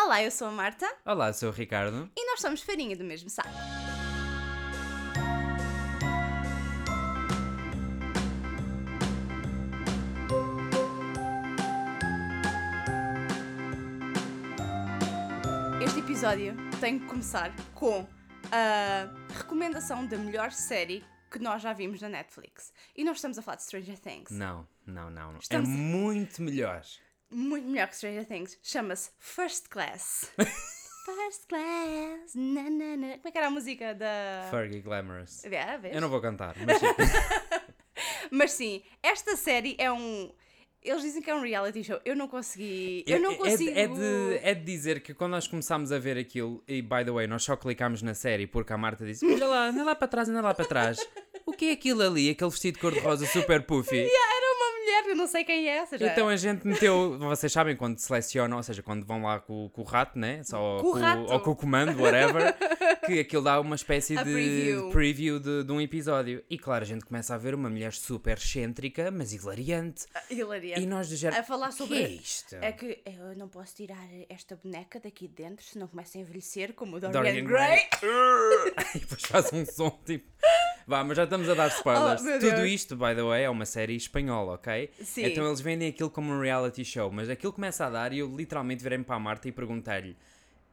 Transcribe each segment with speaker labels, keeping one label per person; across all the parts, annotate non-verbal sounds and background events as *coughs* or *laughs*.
Speaker 1: Olá, eu sou a Marta
Speaker 2: Olá, sou o Ricardo.
Speaker 1: e nós somos farinha do mesmo saco. Este episódio tem que começar com a recomendação da melhor série que nós já vimos na Netflix. E nós estamos a falar de Stranger Things.
Speaker 2: Não, não, não. não.
Speaker 1: Estamos-
Speaker 2: É muito melhor.
Speaker 1: muito melhor que Stranger Things. Chama-se First
Speaker 2: *laughs*
Speaker 1: Class. First Class. Na, na, na. Como é que era a música da.
Speaker 2: Fergie Glamorous.
Speaker 1: É, Ah. vês?
Speaker 2: Eu não vou cantar, mas sim.
Speaker 1: Mas sim, esta série é um. Eles dizem que é um reality show. Eu não consegui. *laughs* Eu
Speaker 2: É-
Speaker 1: não
Speaker 2: é-
Speaker 1: consigo.
Speaker 2: É, de, é de dizer que quando nós começámos a ver aquilo, e by the way, nós só clicámos na série porque a Marta disse: Olha lá, anda lá para trás, anda lá para
Speaker 1: *laughs*
Speaker 2: trás. O que é aquilo ali? Aquele vestido de cor-de-rosa super puffy.
Speaker 1: Yeah, era uma mulher, eu não sei quem é essa. Já.
Speaker 2: Então a gente meteu, vocês sabem quando selecionam, ou seja, quando vão lá com, com o rato, né? Só
Speaker 1: Com o rato.
Speaker 2: ou com o comando, whatever, que aquilo dá uma espécie
Speaker 1: A
Speaker 2: de
Speaker 1: preview.
Speaker 2: de preview de, de um episódio. E claro, a gente começa a ver uma mulher super excêntrica, mas hilariante.
Speaker 1: Hilariante.
Speaker 2: é- E nós do género.
Speaker 1: A falar sobre.
Speaker 2: Que é isto?
Speaker 1: É que eu não posso tirar esta boneca daqui de dentro, senão começa a envelhecer como o Dorian,
Speaker 2: Dorian
Speaker 1: Gray.
Speaker 2: Gray.
Speaker 1: *laughs*
Speaker 2: e depois faz um som tipo. Vá, mas já estamos a dar spoilers.
Speaker 1: Oh, meu
Speaker 2: Tudo
Speaker 1: Deus.
Speaker 2: isto, by the way, é uma série espanhola, ok?
Speaker 1: Sim.
Speaker 2: Então eles vendem aquilo como um reality show, mas aquilo começa a dar e eu literalmente virei-me para a Marta e perguntei-lhe: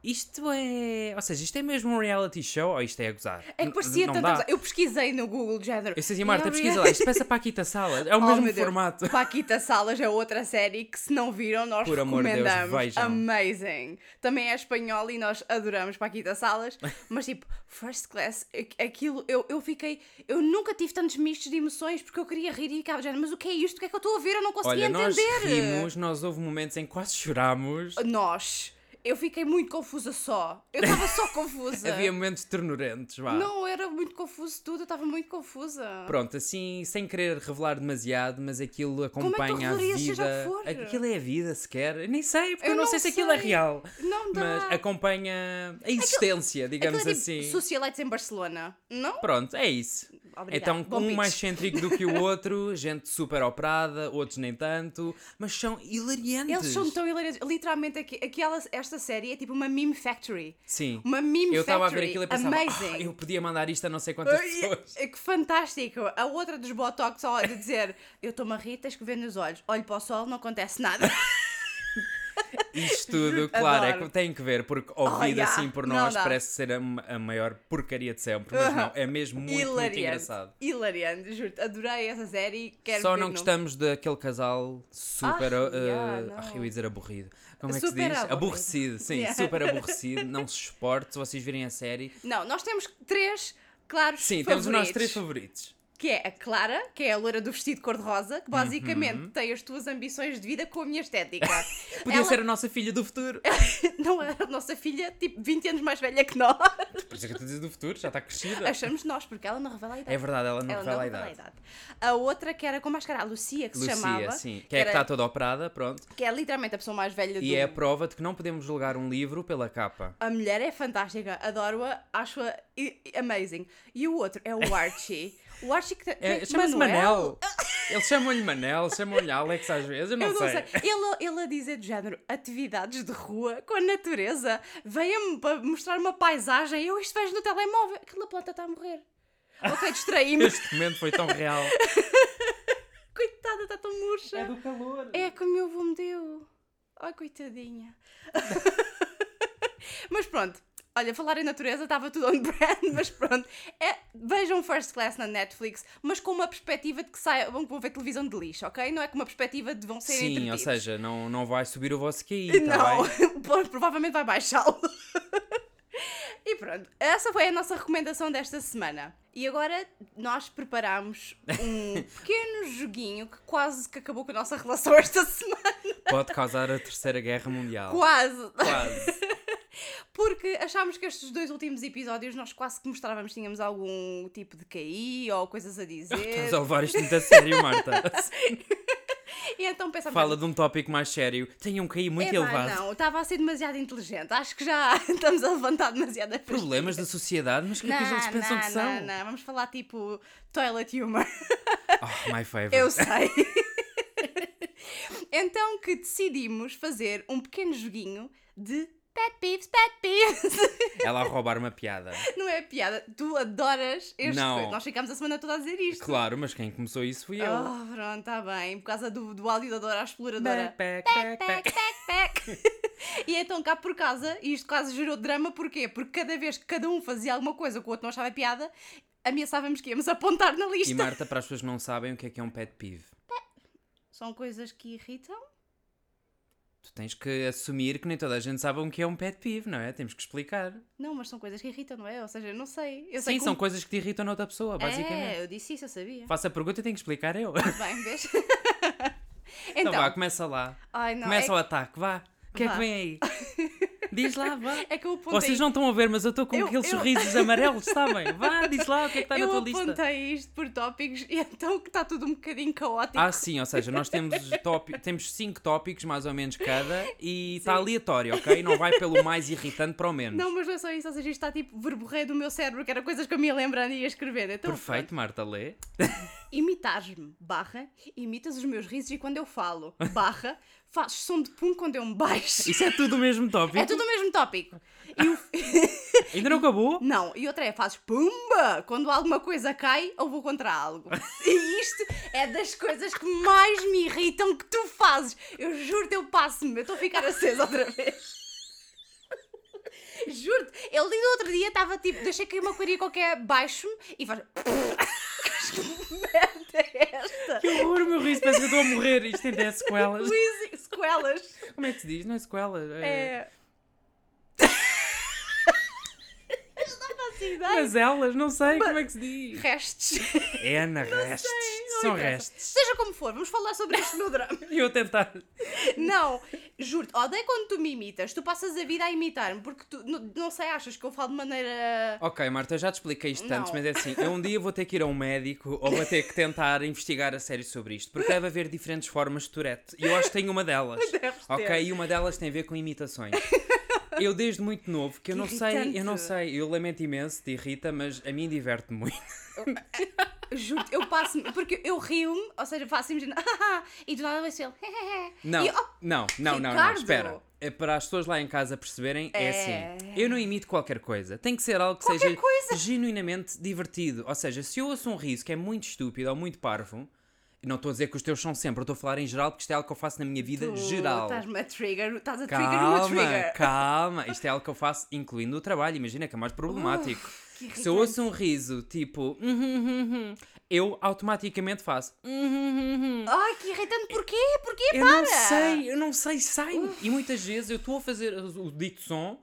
Speaker 2: Isto é. Ou seja, isto é mesmo um reality show ou isto é a gozar?
Speaker 1: É que
Speaker 2: N-
Speaker 1: parecia
Speaker 2: não
Speaker 1: tanta
Speaker 2: dá.
Speaker 1: coisa. Eu pesquisei no Google de género.
Speaker 2: Eu disse assim,
Speaker 1: "É
Speaker 2: Marta,
Speaker 1: um
Speaker 2: pesquisa lá,
Speaker 1: *laughs* reality
Speaker 2: isto peça para aqui da sala, é o
Speaker 1: Oh,
Speaker 2: mesmo
Speaker 1: meu Deus.
Speaker 2: formato.
Speaker 1: Paquita Salas é outra série que, se não viram, nós
Speaker 2: Por amor de Deus,
Speaker 1: recomendamos.
Speaker 2: vejam.
Speaker 1: Amazing. Também é espanhol e nós adoramos Paquita
Speaker 2: *laughs*
Speaker 1: Salas. Mas, tipo, First Class, a- aquilo, eu, eu fiquei. Eu nunca tive tantos mistos de emoções porque eu queria rir e ficava dizendo, mas o que é isto? O que é que eu estou a ver? Eu não conseguia
Speaker 2: Olha, nós
Speaker 1: entender. Oh,
Speaker 2: rimos, nós houve momentos em que quase chorámos,
Speaker 1: Nós. Eu fiquei muito confusa só. Eu estava
Speaker 2: *laughs*
Speaker 1: só confusa.
Speaker 2: havia momentos ternurentos, vá.
Speaker 1: Não, era muito confuso tudo. Eu estava muito confusa.
Speaker 2: Pronto, assim, sem querer revelar demasiado, mas aquilo
Speaker 1: é que tu
Speaker 2: acompanha a
Speaker 1: revelarias
Speaker 2: vida.
Speaker 1: seja o que for?
Speaker 2: Aquilo é a vida sequer. Eu nem sei, porque eu,
Speaker 1: Eu
Speaker 2: não
Speaker 1: não
Speaker 2: sei, se aquilo é
Speaker 1: sei.
Speaker 2: real.
Speaker 1: Não dá.
Speaker 2: Mas acompanha a existência,
Speaker 1: Aquilo
Speaker 2: digamos
Speaker 1: é tipo
Speaker 2: assim.
Speaker 1: socialites em Barcelona. Não?
Speaker 2: Pronto, é isso.
Speaker 1: Obrigada.
Speaker 2: Então,
Speaker 1: Bom
Speaker 2: um
Speaker 1: pitch.
Speaker 2: mais cêntrico do
Speaker 1: *laughs*
Speaker 2: que o outro, gente super operada, outros nem tanto, mas são hilariantes.
Speaker 1: Eles são tão hilariantes. Literalmente, aqui, aquela, esta série é tipo uma meme factory.
Speaker 2: Sim.
Speaker 1: Uma meme
Speaker 2: Eu estava a ver
Speaker 1: factory.
Speaker 2: aquilo e pensava, "Ah,
Speaker 1: Amazing.
Speaker 2: eu podia mandar isto a não sei quantas pessoas.
Speaker 1: Ai, é Que fantástico! A outra dos Botox só de dizer *laughs* eu estou-me a rir, tens que ver nos olhos, olho para o sol, não acontece nada. *laughs*
Speaker 2: Isto tudo, claro, é
Speaker 1: Adoro. Oh,
Speaker 2: que tem que ver, porque ouvido
Speaker 1: yeah.
Speaker 2: assim por
Speaker 1: Não
Speaker 2: nós
Speaker 1: dá.
Speaker 2: parece ser a, ma- a maior porcaria de sempre, mas
Speaker 1: Aham.
Speaker 2: não, é mesmo muito, muito
Speaker 1: hilariante.
Speaker 2: engraçado.
Speaker 1: hilariante, juro-te. Adorei essa série. Quero
Speaker 2: Só
Speaker 1: ver
Speaker 2: não
Speaker 1: no-
Speaker 2: gostamos daquele casal super.
Speaker 1: Ah,
Speaker 2: ah,
Speaker 1: yeah,
Speaker 2: ah,
Speaker 1: não.
Speaker 2: eu ia dizer aborrido. Como é que
Speaker 1: Super
Speaker 2: se diz?
Speaker 1: aborrido.
Speaker 2: Aborrecido, sim,
Speaker 1: Yeah. *laughs*
Speaker 2: super aborrecido. Não se suporte. Se vocês virem a série.
Speaker 1: Não, nós temos três claros
Speaker 2: Sim,
Speaker 1: favoritos.
Speaker 2: temos os nossos três favoritos.
Speaker 1: que é a Clara, que é a loira do vestido cor-de-rosa,
Speaker 2: Uhum.
Speaker 1: que basicamente tem as tuas ambições de vida com a minha estética.
Speaker 2: *laughs* Podia
Speaker 1: Ela-
Speaker 2: ser a nossa filha do futuro.
Speaker 1: *laughs* Não era a nossa filha, tipo 20 anos mais velha que
Speaker 2: *laughs*
Speaker 1: nós.
Speaker 2: Por isso é que eu estou a dizer do futuro, já está crescida.
Speaker 1: Achamos nós, porque ela não revela a idade.
Speaker 2: É verdade, ela não
Speaker 1: ela
Speaker 2: revela a
Speaker 1: revela
Speaker 2: idade.
Speaker 1: a idade. A outra que era com máscara, a Lucia, que
Speaker 2: Lucia,
Speaker 1: se chamava.
Speaker 2: sim. Que é a
Speaker 1: era-
Speaker 2: que está toda operada, pronto.
Speaker 1: que é literalmente a pessoa mais velha do
Speaker 2: E é a prova de que não podemos julgar um livro pela capa.
Speaker 1: A mulher é fantástica, adoro-a, acho-a i- amazing. E o outro é o Archie. O Archie que tem-
Speaker 2: É,
Speaker 1: tem-
Speaker 2: Chama-se *laughs* Manel. Eles chamam-lhe Manel, chamam-lhe Alex às vezes, eu não,
Speaker 1: Eu não sei.
Speaker 2: sei.
Speaker 1: Ele, ele a dizer de género atividades de rua com a natureza. Venha-me para mostrar uma paisagem. Eu isto vejo no telemóvel. Aquela planta está a morrer. Ok,
Speaker 2: *laughs*
Speaker 1: distraí-me.
Speaker 2: Este momento foi tão *laughs* real.
Speaker 1: Coitada, está tão murcha.
Speaker 2: do calor.
Speaker 1: É que o meu avô me deu. Ai, coitadinha. *laughs* mas pronto. Olha, falar em natureza estava tudo on brand, mas pronto. É, vejam First Class na Netflix, mas com uma perspectiva de que saibam que vão ver televisão de lixo, ok? Não é com uma perspectiva de vão ser
Speaker 2: Sim, ou
Speaker 1: entretidos.
Speaker 2: seja, não, não vai subir o vosso QI, tá bem?
Speaker 1: *laughs* Não, pro- provavelmente vai baixá-lo. *laughs* e pronto, essa foi a nossa recomendação desta semana. E agora nós preparámos
Speaker 2: *laughs*
Speaker 1: um pequeno joguinho que quase que acabou com a nossa relação esta semana. *laughs*
Speaker 2: Pode causar a Terceira Guerra Mundial.
Speaker 1: Quase!
Speaker 2: Quase.
Speaker 1: Porque achámos que estes dois últimos episódios nós quase que mostrávamos que tínhamos algum tipo de KI ou coisas a dizer.
Speaker 2: *laughs* Estás a levar isto muito a sério,
Speaker 1: *laughs* É
Speaker 2: Marta.
Speaker 1: e então pensámos.
Speaker 2: Fala de um tópico mais sério. Tem um QI muito
Speaker 1: "Epá,
Speaker 2: elevado.
Speaker 1: É não, estava a ser demasiado inteligente. Acho que já *laughs* estamos a levantar demasiada
Speaker 2: Problemas da sociedade, mas que é que eles pensam que são?
Speaker 1: não, não, vamos falar tipo toilet humor.
Speaker 2: Oh, my favorite.
Speaker 1: Eu sei. então que decidimos fazer um pequeno joguinho de Pet peeves, pet peeves.
Speaker 2: *laughs*
Speaker 1: *laughs*
Speaker 2: Ela a roubar uma piada.
Speaker 1: Não é piada. Tu adoras este
Speaker 2: Não.
Speaker 1: coisa. Nós ficámos a semana toda a dizer isto.
Speaker 2: Claro, mas quem começou isso fui eu.
Speaker 1: Oh, pronto, está bem. Por causa do, do áudio da Dora a Exploradora.
Speaker 2: Back, back, back, back.
Speaker 1: Pac, pac, pac. *laughs* E então cá por casa, e isto quase gerou drama, porquê? Porque cada vez que cada um fazia alguma coisa que o outro não achava piada, ameaçávamos que íamos apontar na
Speaker 2: E
Speaker 1: lista.
Speaker 2: Marta, para as pessoas que não sabem, o que é que é um pet peeve?
Speaker 1: São coisas que irritam?
Speaker 2: Tu tens que assumir que nem toda a gente sabe o que é um pet peeve, não é? Temos que explicar.
Speaker 1: Não, mas são coisas que irritam, não é? Ou seja, eu não sei. Eu sei
Speaker 2: Sim,
Speaker 1: que
Speaker 2: são
Speaker 1: um-
Speaker 2: coisas que te irritam na outra pessoa, basicamente.
Speaker 1: É, eu disse isso, eu sabia. Tá
Speaker 2: Faço a pergunta e tenho que explicar
Speaker 1: *laughs*
Speaker 2: eu. Então,
Speaker 1: Bem,
Speaker 2: *laughs*
Speaker 1: vês?
Speaker 2: vá,
Speaker 1: então,
Speaker 2: começa lá.
Speaker 1: ai não,
Speaker 2: começa
Speaker 1: é,
Speaker 2: o ataque, vá. O que é
Speaker 1: Vá.
Speaker 2: que vem aí? Diz lá, vá.
Speaker 1: é que *laughs* eu apontei
Speaker 2: Vocês não estão a ver, mas eu estou com
Speaker 1: Eu-
Speaker 2: aqueles
Speaker 1: eu-
Speaker 2: sorrisos amarelos, sabem? Vá, diz lá o que é que está na
Speaker 1: *laughs* eu
Speaker 2: tua
Speaker 1: apontei
Speaker 2: lista.
Speaker 1: isto por tópicos *laughs* e então que está tudo um bocadinho caótico.
Speaker 2: Ah, sim, ou seja, nós temos, tópi- temos cinco tópicos, mais ou menos cada, e está aleatório, ok? Não vai pelo mais irritante para o menos.
Speaker 1: Não, mas não é só isso, ou seja, isto está tipo verborreio do meu cérebro, que era coisas que eu me ia lembrando e ia escrevendo. Então,
Speaker 2: Perfeito, Marta, lê.
Speaker 1: imitares-me, barra, imitas os meus risos e quando eu falo, barra, *laughs* fazes som de pum quando eu me baixo.
Speaker 2: Isso é tudo o mesmo tópico.
Speaker 1: É tudo o mesmo tópico. E o-
Speaker 2: Ainda não acabou?
Speaker 1: Não, e outra é, fazes pumba quando alguma coisa cai ou vou contra algo. E isto é das coisas que mais me irritam que tu fazes. Eu juro-te, eu passo-me, eu estou a ficar acesa outra vez. *laughs* Juro-te, eu li no outro dia, estava tipo, deixei cair uma coirinha qualquer, baixo-me e faz... Que merda é esta?
Speaker 2: Que horror, o meu riso, parece que eu estou a morrer. Isto ainda é sequelas.
Speaker 1: Luís, sequelas.
Speaker 2: Como é que se diz? Não é sequelas? É...
Speaker 1: É. Eu não faço ideia.
Speaker 2: Mas elas, não sei como é que se diz.
Speaker 1: Restes.
Speaker 2: É na restes.
Speaker 1: Não
Speaker 2: São
Speaker 1: interessa.
Speaker 2: restes.
Speaker 1: Seja como for, vamos falar sobre este meu drama.
Speaker 2: E eu a tentar.
Speaker 1: Não, juro-te, odeio quando tu me imitas. Tu passas a vida a imitar-me porque tu, não, não sei, achas que eu falo de maneira.
Speaker 2: Ok, Marta, eu já te expliquei isto
Speaker 1: Não.
Speaker 2: antes, mas é assim: eu um dia vou ter que ir a um médico ou vou ter que tentar investigar a sério sobre isto, porque deve haver diferentes formas de Tourette. E eu acho que tenho uma delas.
Speaker 1: Deves ter.
Speaker 2: Ok, e uma delas tem a ver com imitações. Eu desde muito novo, que eu
Speaker 1: Que
Speaker 2: não sei, eu
Speaker 1: irritante.
Speaker 2: não sei, eu lamento imenso, te irrita, mas a mim diverte muito.
Speaker 1: Juro-te, eu passo-me. Porque eu rio-me, ou seja, faço imagina. *laughs* e do nada vai ser ele. *laughs*
Speaker 2: Não,
Speaker 1: E, oh,
Speaker 2: não, não, não, não,
Speaker 1: Ricardo!
Speaker 2: espera. É para as pessoas lá em casa perceberem, é,
Speaker 1: É.
Speaker 2: assim. Eu não imito qualquer coisa. Tem que ser algo que
Speaker 1: Qualquer
Speaker 2: seja genuinamente divertido. Ou seja, se eu ouço um riso que é muito estúpido ou muito parvo, e não estou a dizer que os teus são sempre, eu estou a falar em geral porque isto é algo que eu faço na minha vida
Speaker 1: tu
Speaker 2: geral.
Speaker 1: Estás-me a trigger, estás a trigger uma
Speaker 2: Calma,
Speaker 1: trigger.
Speaker 2: calma. Isto é algo que eu faço, incluindo o trabalho. Imagina que é mais problemático.
Speaker 1: que
Speaker 2: Se eu ouço um riso tipo, eu automaticamente faço. "Uhum,
Speaker 1: Ai, que irritante, porquê? Porquê?
Speaker 2: Eu
Speaker 1: Para!
Speaker 2: não sei, eu não sei, sai E muitas vezes eu estou a fazer o dito som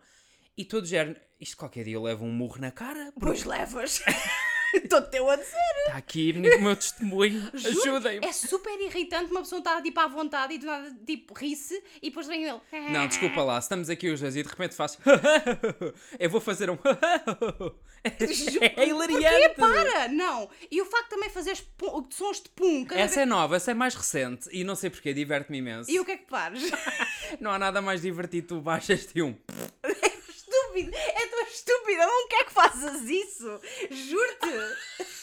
Speaker 2: e todo género. Isto qualquer dia eu levo um murro na cara. porque
Speaker 1: Pois levas. *laughs* Estou teu a dizer.
Speaker 2: Está aqui o
Speaker 1: *laughs*
Speaker 2: meu testemunho.
Speaker 1: Juro,
Speaker 2: Ajudem-me.
Speaker 1: É super irritante uma pessoa estar tipo à vontade e do nada tipo ri-se e depois vem ele.
Speaker 2: Não, desculpa lá, estamos aqui os dois e de repente faço. *laughs* Eu vou fazer um. *laughs* É
Speaker 1: Porquê?
Speaker 2: hilariante!
Speaker 1: Para! Não! E o facto de também fazeres pum- sons de pum. cada
Speaker 2: Essa é nova, essa é mais recente e não sei porquê, diverte-me imenso.
Speaker 1: vez- E o que é que pares? *laughs*
Speaker 2: Não há nada mais divertido, tu baixas de um.
Speaker 1: Estúpido! É tão estúpida! Não quer que faças isso! Juro-te!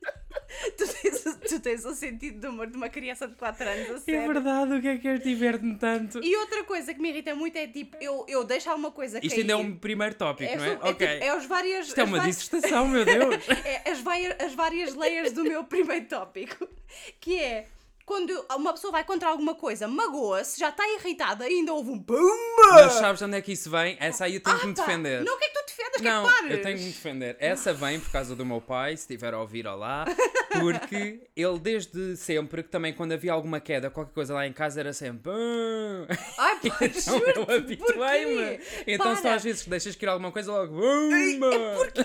Speaker 1: *laughs* tu, tens, tu tens o sentido de humor de uma criança de 4 anos, a
Speaker 2: É
Speaker 1: sério.
Speaker 2: verdade, o que é que és diverte-me tanto?
Speaker 1: E outra coisa que me irrita muito é tipo, eu, eu deixo alguma coisa
Speaker 2: Isto
Speaker 1: cair.
Speaker 2: ainda é um primeiro tópico,
Speaker 1: É,
Speaker 2: não é?
Speaker 1: sub- é
Speaker 2: ok.
Speaker 1: tipo, é os várias.
Speaker 2: Isto é
Speaker 1: as
Speaker 2: uma
Speaker 1: várias-
Speaker 2: dissertação,
Speaker 1: *laughs*
Speaker 2: meu Deus.
Speaker 1: É as, vai- as várias layers do meu primeiro tópico, que é quando uma pessoa vai contra alguma coisa, magoa-se, já está irritada e ainda houve um BUMBA!
Speaker 2: Mas sabes de onde é que isso vem? Essa aí eu tenho que me defender.
Speaker 1: Não, o que é que tu defendes?
Speaker 2: Não,
Speaker 1: que é que pares?
Speaker 2: eu tenho que me defender. Essa vem por causa do meu pai, se estiver a ouvir, olá.
Speaker 1: *laughs*
Speaker 2: Porque ele desde sempre, que também quando havia alguma queda, qualquer coisa lá em casa, era
Speaker 1: *laughs*
Speaker 2: sempre. "Bum".
Speaker 1: Ai, pá,
Speaker 2: Então *laughs* eu
Speaker 1: juro-te,
Speaker 2: habituei-me.
Speaker 1: porquê?
Speaker 2: Então só
Speaker 1: Para.
Speaker 2: às vezes que deixas que ir alguma coisa logo. Bumba!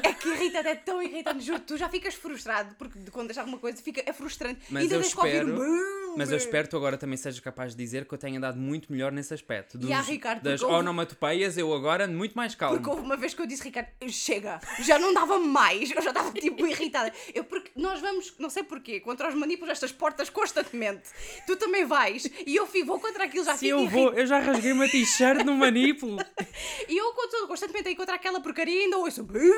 Speaker 1: É que irritante, é tão irritante, juro tu já ficas frustrado, porque de quando deixas alguma coisa fica, é frustrante.
Speaker 2: Mas
Speaker 1: ainda
Speaker 2: eu
Speaker 1: tens que ouvir um
Speaker 2: espero-
Speaker 1: BUMBA!
Speaker 2: Mas eu espero que tu agora também sejas capaz de dizer que eu tenho andado muito melhor nesse aspecto.
Speaker 1: E há, Ricardo,
Speaker 2: das
Speaker 1: porque houve-
Speaker 2: onomatopeias, eu agora ando muito mais calmo.
Speaker 1: Porque houve uma vez que eu disse, Ricardo, chega, já não dava mais, eu já estava tipo irritada. Eu, porque nós vamos, não sei porquê, contra os manípulos estas portas constantemente. Tu também vais e eu fico, vou contra aquilo, já
Speaker 2: Se
Speaker 1: fico
Speaker 2: eu vou, eu já rasguei uma
Speaker 1: *laughs*
Speaker 2: t-shirt no manipulo.
Speaker 1: irri- E eu contra- constantemente aí contra aquela porcaria e ainda ouço, bimba!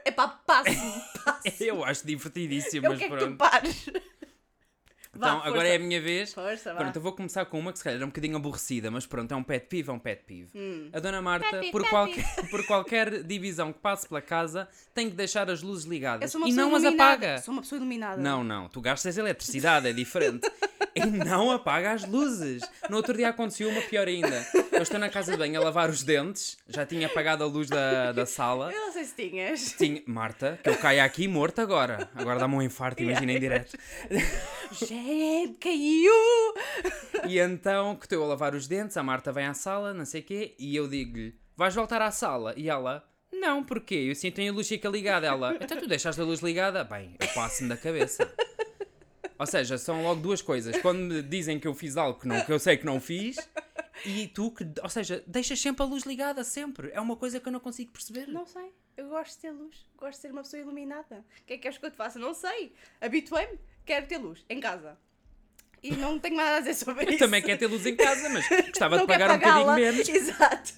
Speaker 2: *laughs*
Speaker 1: Epá, passo, É passo.
Speaker 2: Eu acho divertidíssimo,
Speaker 1: Eu
Speaker 2: mas
Speaker 1: quero que tu
Speaker 2: pronto.
Speaker 1: pares.
Speaker 2: Então,
Speaker 1: Vá,
Speaker 2: agora
Speaker 1: força.
Speaker 2: é a minha vez.
Speaker 1: Força, vá.
Speaker 2: Pronto, eu vou começar com uma que se calhar é um bocadinho aborrecida, mas pronto, é um pet peeve, é um pet peeve.
Speaker 1: Hum.
Speaker 2: A dona Marta,
Speaker 1: Pet peeve,
Speaker 2: por,
Speaker 1: pet
Speaker 2: qualquer, *laughs* por qualquer divisão que passe pela casa, tem que deixar as luzes
Speaker 1: Eu
Speaker 2: ligadas
Speaker 1: sou uma
Speaker 2: e
Speaker 1: pessoa
Speaker 2: não as
Speaker 1: iluminada.
Speaker 2: apaga.
Speaker 1: Sou uma pessoa iluminada.
Speaker 2: Não, não, tu gastas eletricidade, é diferente. e não apaga as luzes. No outro dia aconteceu uma pior ainda. Eu estou na casa de banho a lavar os dentes, já tinha apagado a luz da, da sala.
Speaker 1: Eu não sei se
Speaker 2: *laughs*
Speaker 1: tinhas.
Speaker 2: Tinha, Marta, que eu caia aqui morto agora. Agora dá-me um infarto, imagina em direto.
Speaker 1: Gente, caiu!
Speaker 2: E então, que estou a lavar os dentes, a Marta vem à sala, não sei o quê, e eu digo-lhe, vais voltar à sala? E ela, não, porquê? Eu sinto a luz fica ligada. Ela, então tu deixaste a luz ligada? Bem, eu passo-me da cabeça. Ou seja, são logo duas coisas. Quando me dizem que eu fiz algo que, não, que eu sei que não fiz, e tu que, ou seja, deixas sempre a luz ligada, sempre. É uma coisa que eu não consigo perceber.
Speaker 1: Não sei. Eu gosto de ter luz. Gosto de ser uma pessoa iluminada. O que é que queres que eu te faça? Não sei. Habituei-me. Quero ter luz em casa. E não tenho nada a dizer sobre
Speaker 2: Eu
Speaker 1: isso.
Speaker 2: também quero ter luz em casa, mas gostava de
Speaker 1: *laughs* Não quer
Speaker 2: pagar um bocadinho
Speaker 1: pagá-la. *laughs*
Speaker 2: menos.
Speaker 1: Exato.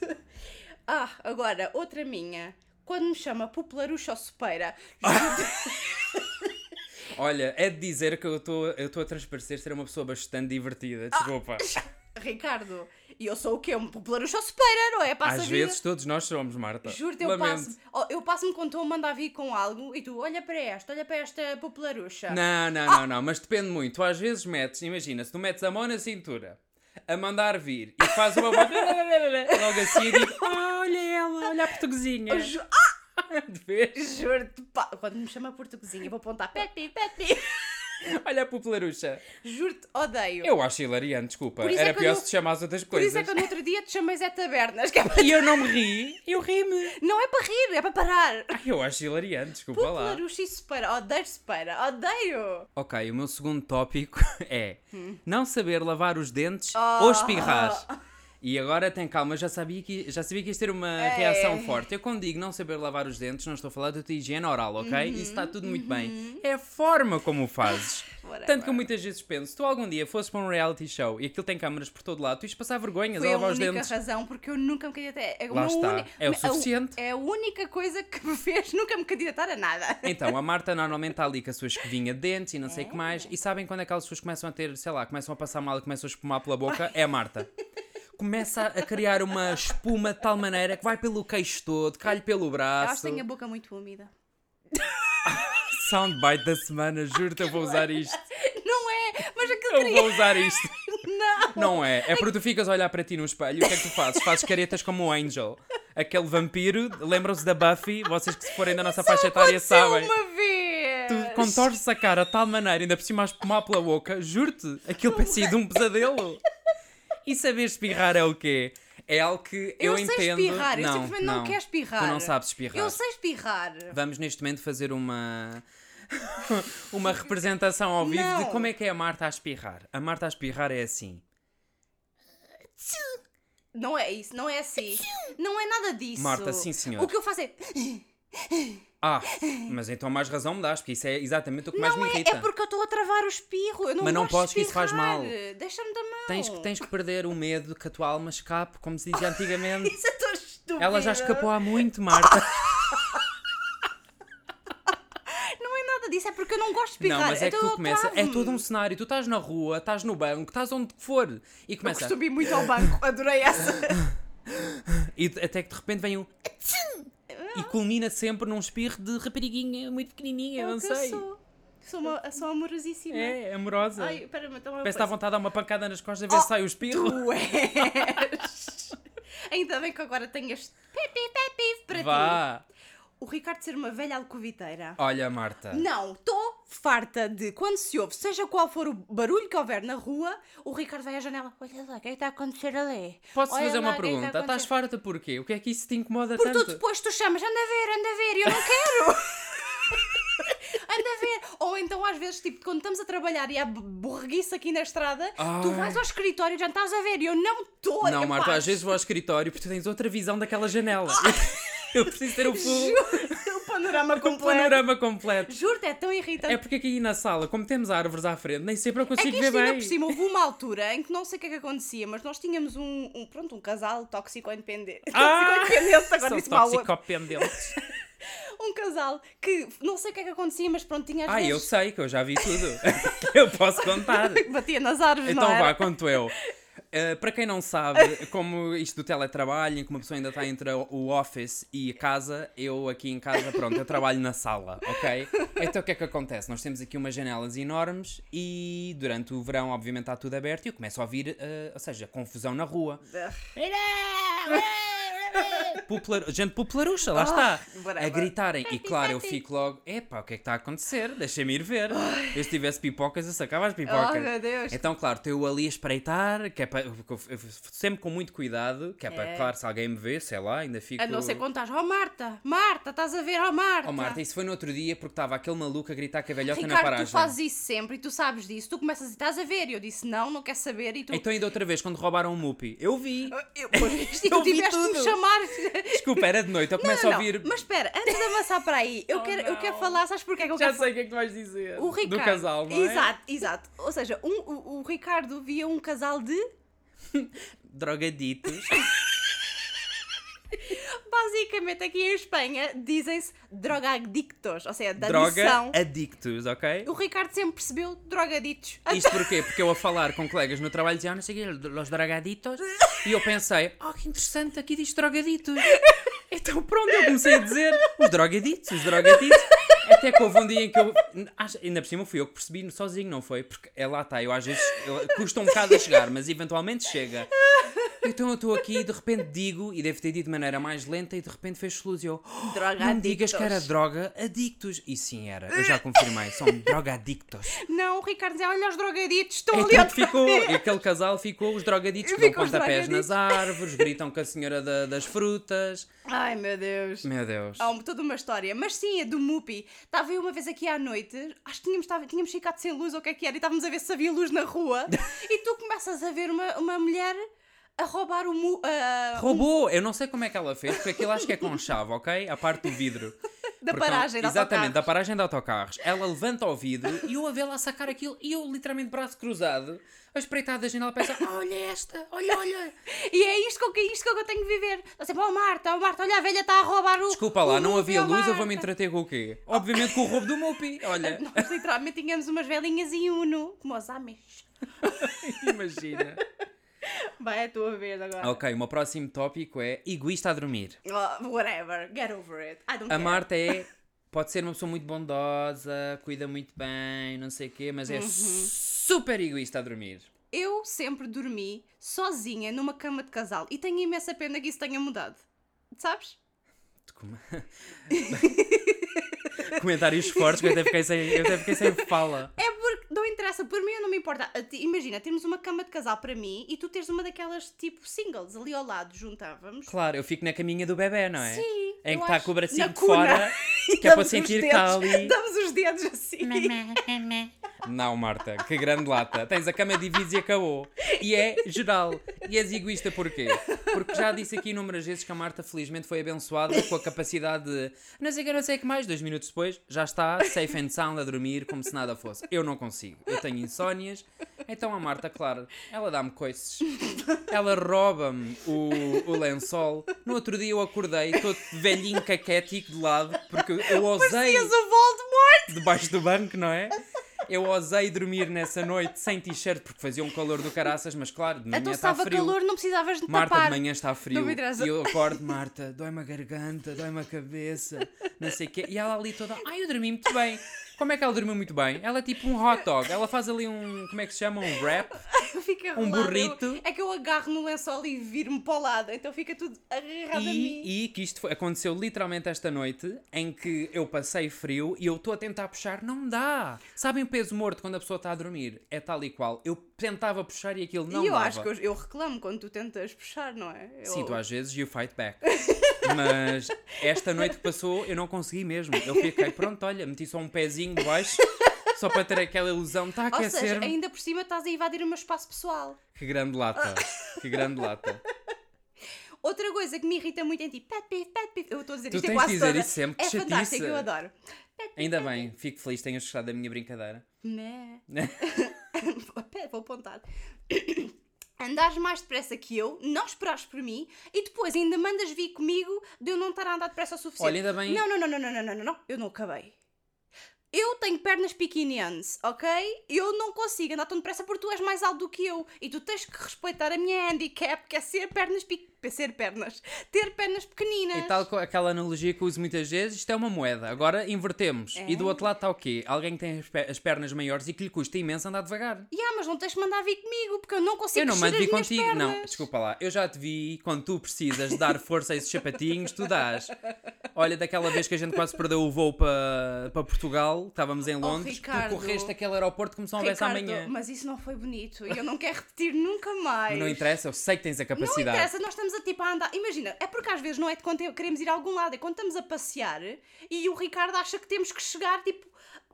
Speaker 1: Ah, agora, outra minha. Quando me chama popularucha ou
Speaker 2: *laughs*
Speaker 1: sopeira,
Speaker 2: Olha, é de dizer que eu estou eu estou a transparecer ser uma pessoa bastante divertida,
Speaker 1: Ah,
Speaker 2: desculpa.
Speaker 1: Ricardo, e eu sou o quê? Um popularucha ou sopeira, não é? Passa
Speaker 2: Às
Speaker 1: a vida.
Speaker 2: vezes todos nós somos, Marta.
Speaker 1: Juro-te, eu
Speaker 2: Lamento.
Speaker 1: passo-me. Oh, eu passo-me quando estou a mandar vir com algo e tu, olha para esta, olha para esta popularucha.
Speaker 2: Não, não, não, não, mas depende muito. Tu às vezes metes, imagina, se tu metes a mão na cintura, a mandar vir e faz
Speaker 1: *laughs*
Speaker 2: uma voz logo assim e digo, "Ah, olha ela, olha a portuguesinha.
Speaker 1: Eu ju-
Speaker 2: De vez.
Speaker 1: Juro-te, pá. Quando me chama portuguesinha, eu vou apontar Pepe, Pepe. *laughs*
Speaker 2: Olha a popularucha.
Speaker 1: Juro-te, odeio.
Speaker 2: Eu acho hilariante, desculpa.
Speaker 1: Por isso
Speaker 2: Era
Speaker 1: é que
Speaker 2: pior
Speaker 1: eu-
Speaker 2: se te chamasse outras
Speaker 1: Por
Speaker 2: coisas.
Speaker 1: isso é que eu no outro dia te chamei Zé Tabernas. que é para-
Speaker 2: E eu não me ri, eu ri-me.
Speaker 1: *laughs* Não é para rir, é para parar.
Speaker 2: Ai, eu acho hilariante, desculpa lá.
Speaker 1: Popularucha e separa. Odeio separa. Odeio.
Speaker 2: Ok, o meu segundo tópico *laughs* é não saber lavar os dentes
Speaker 1: Hum. Oh. *laughs*
Speaker 2: ou espirrar. E agora tem calma, eu já sabia que, já sabia que ias ter uma
Speaker 1: É.
Speaker 2: reação forte. Eu quando digo não saber lavar os dentes, não estou a falar da tua higiene oral, ok?
Speaker 1: Uhum,
Speaker 2: Isso está tudo muito bem. É a forma como o fazes.
Speaker 1: *laughs* Whatever.
Speaker 2: Tanto que eu muitas vezes penso, se tu algum dia fosses para um reality show e aquilo tem câmaras por todo lado, tu ias passar vergonhas
Speaker 1: Foi
Speaker 2: a
Speaker 1: a
Speaker 2: lavar os
Speaker 1: única
Speaker 2: dentes.
Speaker 1: razão porque eu nunca me candidatei. É, o
Speaker 2: Lá
Speaker 1: meu
Speaker 2: está.
Speaker 1: uni-
Speaker 2: É o
Speaker 1: me- a u-
Speaker 2: suficiente.
Speaker 1: É a única coisa que me fez nunca me candidatar a nada.
Speaker 2: Então, a Marta normalmente está ali com a sua escovinha de dentes e não
Speaker 1: É?
Speaker 2: sei o que mais. E sabem quando aquelas pessoas começam a ter, sei lá, começam a passar mal e começam a espumar pela
Speaker 1: *laughs*
Speaker 2: boca? É a Marta. Começa a criar uma espuma de tal maneira que vai pelo queixo todo, cai pelo
Speaker 1: Eu acho
Speaker 2: braço.
Speaker 1: que tenho a boca muito úmida. *laughs*
Speaker 2: Soundbite da semana, juro-te, eu vou usar isto.
Speaker 1: Não é, mas aquilo
Speaker 2: Eu
Speaker 1: queria.
Speaker 2: vou usar isto.
Speaker 1: Não.
Speaker 2: Não é. É porque tu ficas a olhar para ti no espelho e o que é que tu fazes? Fazes caretas como o Angel. Aquele vampiro, lembram-se da Buffy? Vocês que se forem da nossa faixa etária
Speaker 1: Aconteceu
Speaker 2: *laughs* sabem.
Speaker 1: uma vez.
Speaker 2: Tu contorces a cara de tal maneira, ainda por cima a espumar pela boca, juro-te, aquilo parecia de um pesadelo. E saber espirrar é o quê? É algo que eu,
Speaker 1: Eu sei
Speaker 2: entendo.
Speaker 1: espirrar, eu simplesmente não quero espirrar.
Speaker 2: Tu não sabes espirrar.
Speaker 1: Eu sei espirrar.
Speaker 2: Vamos neste momento fazer uma. *laughs* uma representação ao vivo de
Speaker 1: Não.
Speaker 2: como é que é a Marta a espirrar. A Marta a espirrar é assim.
Speaker 1: Não é isso, não é assim. Não é nada disso.
Speaker 2: Marta, sim, senhor.
Speaker 1: O que eu faço é.
Speaker 2: Ah, mas então mais razão me dás, porque isso é exatamente o que mais
Speaker 1: Não
Speaker 2: me
Speaker 1: é,
Speaker 2: irrita.
Speaker 1: é porque eu estou a travar o espirro. Eu não
Speaker 2: Mas não
Speaker 1: gosto de
Speaker 2: podes, que isso faz
Speaker 1: espirrar.
Speaker 2: mal.
Speaker 1: Deixa-me da mão.
Speaker 2: tens, que- tens que perder o medo que a tua alma escape, como se dizia antigamente.
Speaker 1: *laughs* Isso é tão estúpido.
Speaker 2: Ela já escapou há muito, Marta.
Speaker 1: Não é nada disso, é porque eu não gosto de
Speaker 2: Não,
Speaker 1: espirrar.
Speaker 2: mas é que
Speaker 1: então
Speaker 2: tu
Speaker 1: eu
Speaker 2: começa, é
Speaker 1: travo-me.
Speaker 2: todo um cenário. Tu estás na rua, estás no banco, estás onde for e
Speaker 1: Eu
Speaker 2: começa.
Speaker 1: costumo ir muito ao banco, adorei essa.
Speaker 2: *laughs* E t- até que de repente vem um. "Atchim!" E culmina sempre num espirro de rapariguinha muito pequenininha,
Speaker 1: Ah. é
Speaker 2: não
Speaker 1: o que eu
Speaker 2: sei.
Speaker 1: sou. Sou, uma, sou amorosíssima.
Speaker 2: É, é amorosa.
Speaker 1: Ai, pera-me, então eu
Speaker 2: Parece que tá dá vontade de dar uma pancada nas costas a ver se sai o espirro.
Speaker 1: Tu és. *laughs* Ainda bem que agora tenho este pepi pepi para ti.
Speaker 2: Vá.
Speaker 1: O Ricardo ser uma velha alcoviteira.
Speaker 2: Olha, Marta.
Speaker 1: Não, estou farta de quando se ouve, seja qual for o barulho que houver na rua, o Ricardo vai à janela. Olha lá, o que é que está a acontecer ali?
Speaker 2: Posso
Speaker 1: Olha
Speaker 2: fazer
Speaker 1: lá,
Speaker 2: uma
Speaker 1: o que é que está a
Speaker 2: pergunta? Estás
Speaker 1: acontecer?"
Speaker 2: farta porquê? O que é que isso te incomoda
Speaker 1: Porque tu
Speaker 2: tanto?
Speaker 1: depois tu chamas, anda a ver, anda a ver, e eu não quero. *laughs* anda a ver. Ou então às vezes, tipo, quando estamos a trabalhar e há b- borreguice aqui na estrada, tu
Speaker 2: Ai.
Speaker 1: vais ao escritório e já não estás a ver, e eu não estou.
Speaker 2: Não, Marta, às vezes vou ao escritório porque tu tens outra
Speaker 1: *laughs*
Speaker 2: visão daquela janela.
Speaker 1: Ah!
Speaker 2: Eu preciso ter o full
Speaker 1: o panorama
Speaker 2: *laughs* o
Speaker 1: completo.
Speaker 2: panorama completo.
Speaker 1: Juro-te, é tão irritante.
Speaker 2: É porque aqui na sala, como temos árvores à frente, nem sempre eu
Speaker 1: É
Speaker 2: consigo
Speaker 1: que
Speaker 2: ver
Speaker 1: isto ainda
Speaker 2: bem.
Speaker 1: por cima houve uma altura em que não sei o que é que acontecia, mas nós tínhamos um, um- pronto, um casal tóxico independente.
Speaker 2: Ah!
Speaker 1: Tóxico independente, agora
Speaker 2: São
Speaker 1: disse mal *laughs*
Speaker 2: toxicopendentes.
Speaker 1: Um casal que não sei o que é que acontecia, mas pronto, tinha às
Speaker 2: Ah, eu
Speaker 1: vezes...
Speaker 2: sei que eu já vi tudo. *laughs* eu posso contar.
Speaker 1: *laughs* Batia nas árvores,
Speaker 2: Então
Speaker 1: não era?
Speaker 2: vá, conto eu. Uh, para quem não sabe, como isto do teletrabalho, em que uma pessoa ainda está entre o- o office e a casa, eu aqui em casa, pronto, eu trabalho na sala, ok? Então o que é que acontece? Nós temos aqui umas janelas enormes e durante o verão, obviamente, está tudo aberto e eu começo a ouvir, uh, ou seja, confusão na rua. *laughs* Popular- gente popularucha, lá
Speaker 1: Ah,
Speaker 2: está,
Speaker 1: whatever.
Speaker 2: a gritarem. E claro, eu fico logo, epá, o que é que está a acontecer? Deixa-me ir ver. Eu se tivesse pipocas, eu sacava as pipocas.
Speaker 1: Oh, meu Deus.
Speaker 2: Então, claro, estou eu ali a espreitar, que é para, sempre com muito cuidado, que é para,
Speaker 1: É.
Speaker 2: claro, se alguém me vê, sei lá, ainda fico...
Speaker 1: A não ser quando estás, oh Marta, Marta, estás a ver, oh Marta.
Speaker 2: Oh, Marta, isso foi no outro dia porque estava aquele maluco a gritar com a velhota na
Speaker 1: Ricardo,
Speaker 2: paragem.
Speaker 1: tu fazes isso sempre e tu sabes disso. Tu começas e estás a ver. E eu disse, não, não quero saber. E tu,
Speaker 2: Então, ainda outra vez, quando roubaram o Mupi,
Speaker 1: *laughs*
Speaker 2: eu vi.
Speaker 1: eu, pois, e
Speaker 2: *laughs* Eu
Speaker 1: tu
Speaker 2: vi
Speaker 1: tiveste de me
Speaker 2: tudo.
Speaker 1: chamar. *laughs*
Speaker 2: Desculpa, era de noite, eu começo
Speaker 1: Não,
Speaker 2: a
Speaker 1: não,
Speaker 2: ouvir...
Speaker 1: Mas espera, antes de avançar para aí, eu,
Speaker 2: *laughs* Oh,
Speaker 1: quero, eu quero
Speaker 2: não.
Speaker 1: falar, sabes porquê que eu
Speaker 2: Já
Speaker 1: quero
Speaker 2: sei o que é que tu vais dizer.
Speaker 1: O Ricardo.
Speaker 2: Do casal, não é?
Speaker 1: Exato, exato. Ou seja, um- o, o Ricardo via um casal de.
Speaker 2: Drogaditos.
Speaker 1: Basicamente, aqui em Espanha, dizem-se drogadictos. Ou seja, da
Speaker 2: droga é-
Speaker 1: adição.
Speaker 2: adictos, ok?
Speaker 1: O Ricardo sempre percebeu Ah, drogaditos.
Speaker 2: Isto porquê? Porque eu a falar com colegas no trabalho dizia, "Ah, não sei o quê, los drogaditos, e eu pensei, oh que interessante, aqui diz drogaditos. Então pronto, eu comecei a dizer, os drogaditos, os drogaditos. Até que houve um dia em que eu, acho- ainda por cima fui eu que percebi sozinho, não foi? Porque é lá está, eu às vezes, eu- custa um bocado a chegar, mas eventualmente chega. Então eu estou aqui e de repente digo, e devo ter dito de maneira mais lenta, e de repente fez-se luz e eu, "Oh, não me digas que era
Speaker 1: Drogadictos.
Speaker 2: droga adictos. E sim era, eu já confirmei, são drogadictos.
Speaker 1: Não, o Ricardo dizia: olha os drogaditos, estão ali
Speaker 2: Então
Speaker 1: outra
Speaker 2: ficou,
Speaker 1: vez."
Speaker 2: e aquele casal ficou, os drogaditos que dão
Speaker 1: Ficam os
Speaker 2: pontapés
Speaker 1: drogaditos.
Speaker 2: nas árvores, gritam com a senhora da- das frutas.
Speaker 1: *laughs* Ai meu Deus.
Speaker 2: Meu Deus.
Speaker 1: Há um- toda uma história. Mas sim, é do Mupi. Estava eu uma vez aqui à noite, acho que tínhamos, estava- tínhamos ficado sem luz ou o que é que era, e estávamos a ver se havia luz na
Speaker 2: *laughs*
Speaker 1: rua. e tu começas a ver uma, uma mulher a roubar o mu, a-
Speaker 2: Roubou! Eu não sei como é que ela fez, porque aquilo acho que é com chave, ok? A parte do vidro.
Speaker 1: *laughs* da
Speaker 2: Porque não-
Speaker 1: paragem da
Speaker 2: Exatamente,
Speaker 1: *laughs*
Speaker 2: da
Speaker 1: autocarros.
Speaker 2: paragem de autocarros. Ela levanta o vidro e eu a vê-la a sacar aquilo e eu literalmente braço cruzado, a espreitar da janela, pensa: olha esta, olha, olha. *laughs*
Speaker 1: E é isto com que, é isto com que eu tenho de viver. Está sempre, oh Marta, oh Marta, olha a velha está a roubar o.
Speaker 2: Desculpa lá,
Speaker 1: o
Speaker 2: não
Speaker 1: Mupi,
Speaker 2: havia
Speaker 1: oh,
Speaker 2: luz, eu vou me
Speaker 1: Marta."
Speaker 2: entreter com o quê? Obviamente com o roubo do Mupi, olha.
Speaker 1: *laughs* Nós literalmente tínhamos umas velhinhas e uno, como os ames.
Speaker 2: *laughs* Imagina.
Speaker 1: *laughs* Vai, é a tua vez agora.
Speaker 2: Ok, o meu próximo tópico é egoísta a dormir.
Speaker 1: Oh, whatever, get over it. I don't
Speaker 2: A
Speaker 1: care.
Speaker 2: Marta é. Pode ser uma pessoa muito bondosa, cuida muito bem, não sei o quê, mas é
Speaker 1: Uhum.
Speaker 2: super egoísta a dormir.
Speaker 1: Eu sempre dormi sozinha numa cama de casal e tenho imensa pena que isso tenha mudado. Sabes?
Speaker 2: Como- *laughs* Comentários fortes que eu até fiquei sem, eu até fiquei sem fala.
Speaker 1: É porque não interessa, por mim eu não me importa. A ti- Imagina, temos uma cama de casal para mim e tu tens uma daquelas tipo singles ali ao lado, juntávamos.
Speaker 2: Claro, eu fico na caminha do bebê, não é?
Speaker 1: Sim,
Speaker 2: Em
Speaker 1: eu
Speaker 2: que está
Speaker 1: acho.
Speaker 2: com o bracinho
Speaker 1: Na
Speaker 2: de
Speaker 1: cuna.
Speaker 2: fora,
Speaker 1: E
Speaker 2: *laughs* que é para
Speaker 1: damos os
Speaker 2: sentir que
Speaker 1: dedos,
Speaker 2: está ali.
Speaker 1: Damos os dedos assim.
Speaker 2: Não, Marta, que grande lata. Tens a cama divides e acabou. E é geral. E és egoísta porquê? Porque já disse aqui inúmeras vezes que a Marta felizmente foi abençoada com a capacidade de não sei o que, não sei o que mais. Dois minutos depois já está safe and sound a dormir como se nada fosse. Eu não consigo. Eu tenho insónias. Então a Marta, claro, ela dá-me coices. Ela rouba-me o, o lençol. No outro dia eu acordei todo velhinho caquético de lado porque eu, eu ousei
Speaker 1: Parecias o Voldemort!
Speaker 2: debaixo do banco, não é? Eu ousei dormir nessa noite sem t-shirt porque fazia um calor do caraças, mas claro, de manhã
Speaker 1: Então se
Speaker 2: está
Speaker 1: estava
Speaker 2: tá frio.
Speaker 1: calor não precisavas de
Speaker 2: Marta,
Speaker 1: tapar.
Speaker 2: de manhã está
Speaker 1: Não
Speaker 2: frio.
Speaker 1: me interessa.
Speaker 2: E eu acordo, Marta, dói-me a garganta, dói-me a cabeça, não sei o quê. E ela ali toda, ai, eu dormi muito bem. Como é que ela dormiu muito bem? Ela é tipo um hot dog. Ela faz ali um, como é que se chama? Um wrap.
Speaker 1: *laughs* Fica
Speaker 2: um
Speaker 1: rolado.
Speaker 2: burrito.
Speaker 1: É que eu agarro no lençol e viro-me para o lado, então fica tudo agarrado a mim.
Speaker 2: E, e que isto foi- aconteceu literalmente esta noite em que eu passei frio e eu estou a tentar puxar, não dá. Sabem o peso morto quando a pessoa está a dormir? É tal e qual. Eu tentava puxar e aquilo não
Speaker 1: e eu
Speaker 2: dava.
Speaker 1: acho que eu, eu reclamo quando tu tentas puxar, não é? Eu-
Speaker 2: Sim, tu às vezes you fight
Speaker 1: *laughs*
Speaker 2: back. Mas esta noite que passou eu não consegui mesmo. Eu fiquei, pronto, olha, meti só um pezinho debaixo só para ter aquela ilusão, está a
Speaker 1: Ou seja,
Speaker 2: aquecer-me.
Speaker 1: ainda por cima estás a invadir o meu espaço pessoal.
Speaker 2: Que grande lata, que grande lata.
Speaker 1: Outra coisa que me irrita muito é tipo, em ti, pet peeve, pet peeve. Eu estou a dizer
Speaker 2: Tu
Speaker 1: isto é
Speaker 2: tens de
Speaker 1: quase
Speaker 2: dizer
Speaker 1: toda.
Speaker 2: isso sempre, que
Speaker 1: É fantástico,
Speaker 2: chatice.
Speaker 1: eu adoro.
Speaker 2: Ainda bem, fico feliz, tenhas
Speaker 1: *laughs*
Speaker 2: gostado da minha brincadeira.
Speaker 1: Mé. Pé, Vou apontar. *coughs* andares mais depressa que eu, não esperares por mim e depois ainda mandas vir comigo de eu não estar a andar depressa o suficiente.
Speaker 2: Olha, ainda bem-
Speaker 1: Não, não, não, não, não, não, não, não, não, eu não acabei. Eu tenho pernas pequenianas, ok? Eu não consigo andar tão depressa porque tu és mais alto do que eu e tu tens que respeitar a minha handicap, que é ser pernas pe- ser pernas, ter pernas pequeninas.
Speaker 2: E tal co- aquela analogia que uso muitas vezes, isto é uma moeda. Agora invertemos. E
Speaker 1: É.
Speaker 2: do outro lado está o quê? Alguém que tem as pe- as pernas maiores e que lhe custa imenso andar devagar.
Speaker 1: Yeah, ah, mas não tens que mandar vir comigo porque eu não consigo
Speaker 2: Eu não
Speaker 1: mexer
Speaker 2: mando
Speaker 1: as
Speaker 2: vir
Speaker 1: minhas
Speaker 2: contigo.
Speaker 1: pernas.
Speaker 2: Não, desculpa lá. Eu já te vi quando tu precisas dar força a esses chapatinhos, tu dás. Olha, daquela vez que a gente quase perdeu o voo para para Portugal, estávamos em Londres,
Speaker 1: Oh, Ricardo.
Speaker 2: tu correste aquele aeroporto como se não houvesse
Speaker 1: Ricardo,
Speaker 2: amanhã.
Speaker 1: mas isso não foi bonito e eu não quero repetir nunca mais.
Speaker 2: Não interessa, eu sei que tens a
Speaker 1: Não
Speaker 2: capacidade.
Speaker 1: interessa, nós estamos a tipo a andar. Imagina, é porque às vezes não é de quando te- queremos ir a algum lado, é quando estamos a passear e o Ricardo acha que temos que chegar tipo.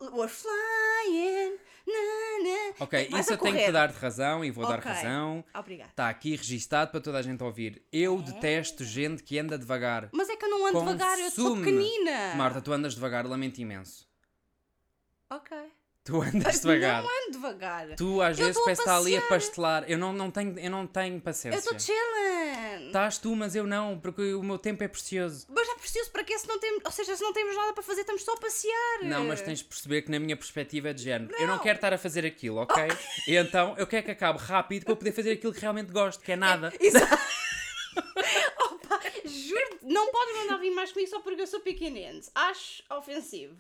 Speaker 1: We're flying. Na, na.
Speaker 2: Ok,
Speaker 1: Vais
Speaker 2: isso
Speaker 1: a
Speaker 2: eu tenho que
Speaker 1: correr.
Speaker 2: te dar de razão e vou dar
Speaker 1: Ok.
Speaker 2: razão.
Speaker 1: Obrigada.
Speaker 2: Está Tá aqui registado para toda a gente ouvir. Eu detesto gente que anda devagar.
Speaker 1: Mas é que eu não ando É? devagar, eu sou
Speaker 2: Consume-me.
Speaker 1: pequenina.
Speaker 2: Marta, tu andas devagar, lamento imenso.
Speaker 1: Ok.
Speaker 2: Tu andas devagar.
Speaker 1: Não ando devagar.
Speaker 2: Tu às
Speaker 1: Eu
Speaker 2: vezes
Speaker 1: tô a
Speaker 2: parece estar ali a
Speaker 1: passear.
Speaker 2: pastelar. Eu não, não tenho, eu não tenho
Speaker 1: Eu
Speaker 2: paciência.
Speaker 1: estou chillin'.
Speaker 2: Estás tu, mas eu não, porque o meu tempo é precioso.
Speaker 1: Mas é preciso para que se não temos. Ou seja, se não temos nada para fazer, estamos só a passear.
Speaker 2: Não, mas tens de perceber que na minha perspectiva é de género. Eu não quero estar a fazer aquilo,
Speaker 1: *laughs*
Speaker 2: ok? E então eu quero que acabe rápido para eu poder fazer aquilo que realmente gosto, que é nada.
Speaker 1: Exato. *laughs* Opa, juro, não podes mandar vir mais comigo só porque eu sou pequenino. Acho ofensivo.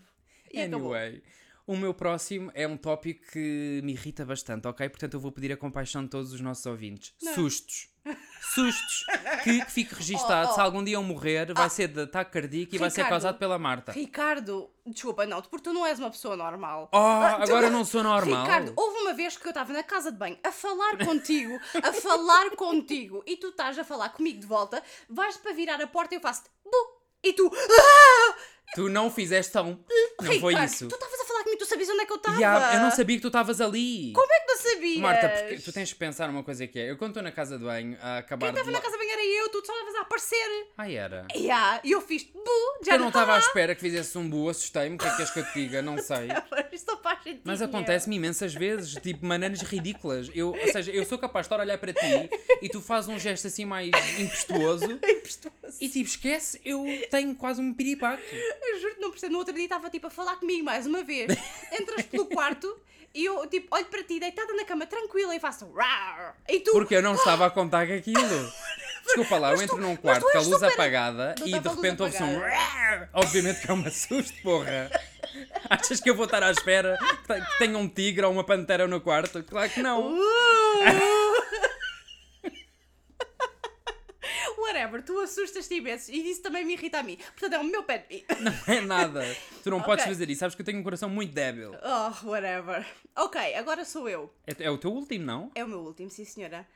Speaker 2: É
Speaker 1: E acabou.
Speaker 2: Anyway, o meu próximo é um tópico que me irrita bastante, ok? Portanto, eu vou pedir a compaixão de todos os nossos ouvintes. Sustos.
Speaker 1: *laughs*
Speaker 2: Sustos. que, que fique registado.
Speaker 1: Oh, oh.
Speaker 2: Se algum dia eu morrer, vai ser de ataque cardíaco e vai ser
Speaker 1: Ricardo.
Speaker 2: causado pela Marta.
Speaker 1: Ricardo, desculpa, não, porque tu não és uma pessoa normal. Ah,
Speaker 2: Oh, agora eu não sou normal.
Speaker 1: Ricardo, houve uma vez que eu estava na casa de banho a falar contigo, a falar contigo, e tu estás a falar comigo de volta, vais para virar a porta e eu faço-te bu, e tu, ah!
Speaker 2: Tu não fizeste tão. Não
Speaker 1: Ricardo,
Speaker 2: foi isso.
Speaker 1: tu estavas a falar comigo, tu sabias onde é que eu estava.
Speaker 2: E há- eu não sabia que tu estavas ali.
Speaker 1: Como é que não sabias?
Speaker 2: Marta, porque tu tens de pensar numa coisa que é. Eu quando estou na casa de banho a acabar
Speaker 1: Quem estava
Speaker 2: de.
Speaker 1: na
Speaker 2: la-
Speaker 1: casa de banho era eu, tu só estavas a aparecer.
Speaker 2: Ai, era.
Speaker 1: Yeah, e eu fiz bu, já
Speaker 2: eu não
Speaker 1: *laughs*
Speaker 2: estava
Speaker 1: estava
Speaker 2: à espera que fizesse um bu, assustei-me. O que é que queres que eu te diga? Não sei.
Speaker 1: Isto não faz sentido
Speaker 2: Mas
Speaker 1: nenhum. *laughs*
Speaker 2: acontece-me imensas vezes, tipo, maneiras ridículas. Eu, ou seja, eu sou capaz de estar a olhar para ti e tu fazes um gesto assim mais impetuoso
Speaker 1: assim,
Speaker 2: e tipo, esquece, eu tenho quase um piripaque.
Speaker 1: Eu juro que não percebo. No outro dia estava tipo a falar comigo mais uma
Speaker 2: *laughs*
Speaker 1: vez. Entras pelo quarto e eu tipo olho para ti deitada na cama tranquila e faço rar. E tu.
Speaker 2: Porque eu não estava a contar com aquilo. Desculpa lá, eu entro num quarto
Speaker 1: tu
Speaker 2: com a
Speaker 1: és
Speaker 2: luz
Speaker 1: super-
Speaker 2: apagada
Speaker 1: Não
Speaker 2: e de
Speaker 1: estava a luz
Speaker 2: repente ouve-se um. Obviamente que eu me assusto, porra. Achas que eu vou estar à espera que te- que tenha um tigre ou uma pantera no quarto? Claro que não.
Speaker 1: "Uh." *laughs* Whatever, tu assustas-te imenso e isso também me irrita a mim. Portanto, é o meu pet peeve.
Speaker 2: É nada. Tu não podes
Speaker 1: Ok.
Speaker 2: fazer isso. Sabes que eu tenho um coração muito débil.
Speaker 1: *laughs* Oh, whatever. Ok, agora sou eu.
Speaker 2: É, é o teu último, não?
Speaker 1: É o meu último, sim senhora.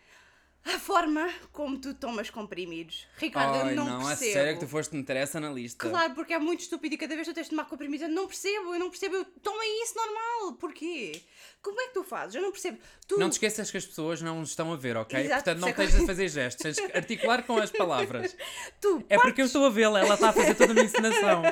Speaker 1: A forma como tu tomas comprimidos. Ricardo, eu não,
Speaker 2: é
Speaker 1: percebo.
Speaker 2: sério que tu foste meter essa na lista.
Speaker 1: Claro, porque é muito estúpido e cada vez que tu tens de tomar comprimidos, eu não percebo, eu não percebo, eu tomo isso normal, porquê? Como é que tu fazes? Eu não percebo. Tu...
Speaker 2: Não te esqueças que as pessoas não nos estão a ver, ok?
Speaker 1: Exato,
Speaker 2: Portanto, não
Speaker 1: por isso é
Speaker 2: tens
Speaker 1: que-
Speaker 2: de fazer gestos, tens de articular com as
Speaker 1: *laughs*
Speaker 2: palavras.
Speaker 1: tu,
Speaker 2: É porque eu estou a vê-la, ela está a fazer toda a minha encenação.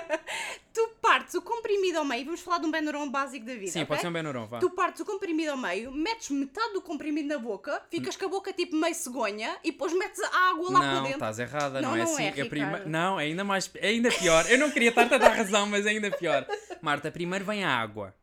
Speaker 1: tu partes o comprimido ao meio, vamos falar de um Benuron básico da vida,
Speaker 2: Sim,
Speaker 1: ok?
Speaker 2: pode ser um Benuron, vá.
Speaker 1: Tu partes o comprimido ao meio, metes metade do comprimido na boca, ficas com a boca tipo meio cegonha e depois metes a água lá para
Speaker 2: Hum. Não,
Speaker 1: dentro.
Speaker 2: estás errada, não,
Speaker 1: Não,
Speaker 2: é
Speaker 1: não
Speaker 2: assim.
Speaker 1: é,
Speaker 2: Eu prime-
Speaker 1: Ricardo.
Speaker 2: Não, é ainda mais é ainda pior. Eu não queria estar-te a dar razão, mas é ainda pior. Marta, primeiro vem a água.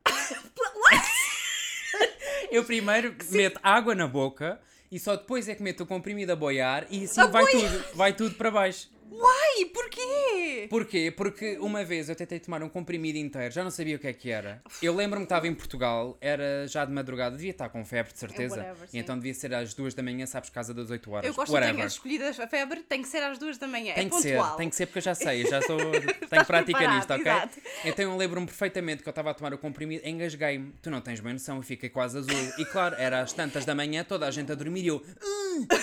Speaker 2: Eu primeiro meto água na boca e só depois é que meto o comprimido a boiar e assim
Speaker 1: A
Speaker 2: vai
Speaker 1: boiar.
Speaker 2: tudo, vai tudo para baixo.
Speaker 1: Uai, porquê?
Speaker 2: Porquê? Porque uma vez eu tentei tomar um comprimido inteiro, já não sabia o que é que era. Eu lembro-me que estava em Portugal, era já de madrugada, devia estar com febre, de certeza.
Speaker 1: whatever,
Speaker 2: e
Speaker 1: sim.
Speaker 2: então devia ser às duas da manhã, sabes, casa das 8 horas.
Speaker 1: Eu gosto de
Speaker 2: whatever.
Speaker 1: ter escolhido a febre, tem que ser às duas da manhã,
Speaker 2: Tem
Speaker 1: é
Speaker 2: que
Speaker 1: pontual.
Speaker 2: ser, tem que ser porque eu já sei,
Speaker 1: *laughs*
Speaker 2: eu já sou, tenho prática
Speaker 1: preparado,
Speaker 2: nisto, ok?
Speaker 1: exato.
Speaker 2: Então eu lembro-me perfeitamente que eu estava a tomar o comprimido, engasguei-me, tu não tens bem noção, eu fiquei quase azul. E claro, era às tantas da manhã, toda a gente a dormir e eu. "Ah, ah,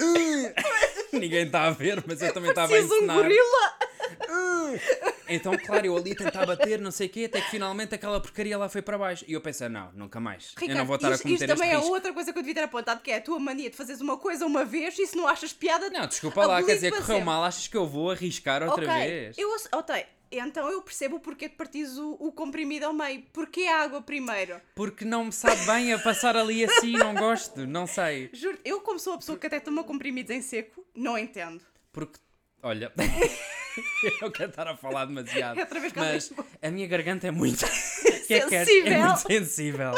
Speaker 2: ah." *laughs* Ninguém está a ver, mas eu também estava a
Speaker 1: Preciso um
Speaker 2: ensinar.
Speaker 1: gorila!
Speaker 2: Então, claro, eu ali tentar bater, não sei o quê, até que finalmente aquela porcaria lá foi para baixo. E eu pensei, não, nunca mais. eu não vou estar a
Speaker 1: isto,
Speaker 2: cometer
Speaker 1: isto também
Speaker 2: este
Speaker 1: é
Speaker 2: risco.
Speaker 1: outra coisa que eu devia ter apontado, que é a tua mania de fazeres uma coisa uma vez e se não achas piada...
Speaker 2: Não, desculpa lá, quer
Speaker 1: abolir
Speaker 2: dizer,
Speaker 1: para
Speaker 2: correu
Speaker 1: sempre.
Speaker 2: mal, achas que eu vou arriscar outra
Speaker 1: ok,
Speaker 2: vez?
Speaker 1: Eu, ass- ok, Então eu percebo o porquê de partires o, o comprimido ao meio. Porquê a água primeiro?
Speaker 2: Porque não me sabe bem a passar ali assim, não gosto, não sei.
Speaker 1: Juro, eu como sou a pessoa que até toma comprimidos em seco, não entendo.
Speaker 2: Porque,
Speaker 1: *laughs*
Speaker 2: olha, eu quero estar a falar demasiado.
Speaker 1: É Outra vez com a
Speaker 2: mas
Speaker 1: mesma.
Speaker 2: a minha garganta é muito que é que queres? É
Speaker 1: Sensível.
Speaker 2: muito sensível.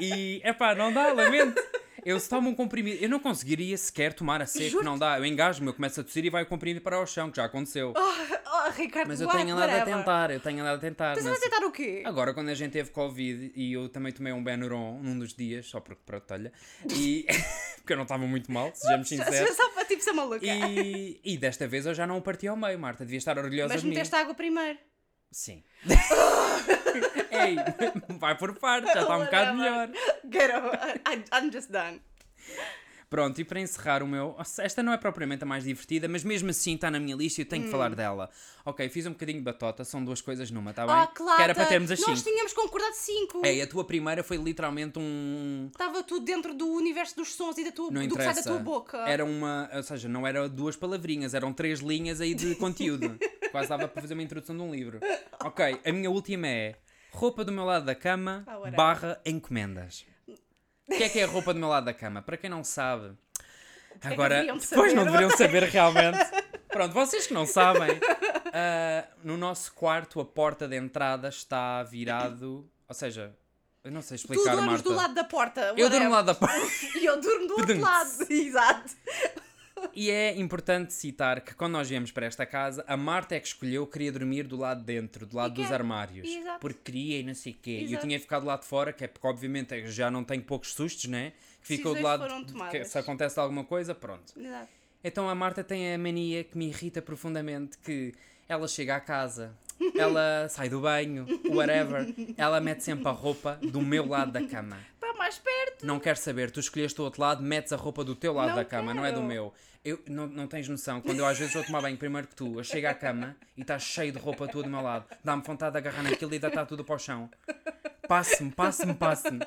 Speaker 2: E é pá, não dá, lamento. Eu se tomo um comprimido, eu não conseguiria sequer tomar a seco,
Speaker 1: Juro-te.
Speaker 2: não dá. Eu engasgo-me, eu começo a tossir e vai o comprimido para o chão, que já aconteceu.
Speaker 1: Oh, Ricardo,
Speaker 2: mas eu
Speaker 1: what,
Speaker 2: tenho andado a
Speaker 1: whatever.
Speaker 2: tentar, eu tenho andado a tentar.
Speaker 1: Estás
Speaker 2: mas-
Speaker 1: a tentar o quê?
Speaker 2: Agora, quando a gente teve Covid e eu também tomei um Benuron num dos dias, só porque para olha, e *laughs* porque eu não estava muito mal, sejamos sinceros.
Speaker 1: Só para tipo ser maluca.
Speaker 2: E,
Speaker 1: *laughs*
Speaker 2: e desta vez eu já não o parti ao meio, Marta. Devia estar orgulhosa
Speaker 1: Mas
Speaker 2: de mim.
Speaker 1: meteste água primeiro. *laughs*
Speaker 2: Sim. Ei, vai por parte, *laughs* já está um bocado melhor. Tá
Speaker 1: Whatever. Get over. I- I'm just done.
Speaker 2: Pronto, e para encerrar o meu. Esta não é propriamente a mais divertida, mas mesmo assim está na minha lista e eu tenho que
Speaker 1: Hum.
Speaker 2: falar dela. Ok, fiz um bocadinho de batota, são duas coisas numa, está bem?
Speaker 1: Ah, claro.
Speaker 2: Que era para termos as
Speaker 1: Nós
Speaker 2: cinco. É
Speaker 1: tínhamos concordado cinco.
Speaker 2: Ei, a tua primeira foi literalmente um.
Speaker 1: Estava tudo dentro do universo dos sons e da tua, do
Speaker 2: Não
Speaker 1: que
Speaker 2: interessa.
Speaker 1: sai da tua boca.
Speaker 2: Era uma. Ou seja, não eram duas palavrinhas, eram três linhas
Speaker 1: *laughs*
Speaker 2: aí de conteúdo. Quase dava para fazer uma introdução de um livro. Ok, a minha última é. Roupa do meu lado da cama,
Speaker 1: Ah, whatever.
Speaker 2: barra encomendas. O que é que é a roupa do meu lado da cama? Para quem não sabe.
Speaker 1: que
Speaker 2: Agora.
Speaker 1: deveriam de
Speaker 2: pois não
Speaker 1: saber?
Speaker 2: deveriam saber
Speaker 1: *laughs*
Speaker 2: realmente. Pronto, vocês que não sabem. ah, no nosso quarto, a porta de entrada está virado. Ou seja, eu não sei
Speaker 1: Tu
Speaker 2: explicar,
Speaker 1: dormes
Speaker 2: Marta.
Speaker 1: do lado da porta.
Speaker 2: eu
Speaker 1: whatever.
Speaker 2: durmo do lado da porta.
Speaker 1: *laughs* E eu durmo do outro
Speaker 2: Peduntes.
Speaker 1: lado. *laughs* Exato.
Speaker 2: E é importante citar que quando nós viemos para esta casa, a Marta é que escolheu, queria dormir do lado de dentro, do lado
Speaker 1: E que
Speaker 2: dos
Speaker 1: é-
Speaker 2: armários.
Speaker 1: Exato.
Speaker 2: Porque queria e não sei o quê. E eu
Speaker 1: Exato.
Speaker 2: tinha ficado do lado de fora, que é porque obviamente eu já não tenho poucos sustos, né? Que ficou do
Speaker 1: Decisões
Speaker 2: lado.
Speaker 1: foram
Speaker 2: de- Que,
Speaker 1: tomadas.
Speaker 2: se acontece alguma coisa, pronto.
Speaker 1: Exato.
Speaker 2: Então a Marta tem a mania que me irrita profundamente que ela chega à
Speaker 1: *laughs*
Speaker 2: casa, ela sai do banho, whatever, ela mete sempre a roupa do meu lado da cama.
Speaker 1: Para Tá mais perto.
Speaker 2: Não quero saber, tu escolheste o outro lado, metes a roupa do teu lado
Speaker 1: Não
Speaker 2: da cama, não é do
Speaker 1: quero.
Speaker 2: meu. Eu, não, não tens noção, quando eu às vezes vou tomar banho primeiro que tu, eu chego à cama e estás cheio de roupa tua do meu lado, dá-me vontade de agarrar naquilo e deitar tudo para o chão. Passe-me, passe-me, passe-me.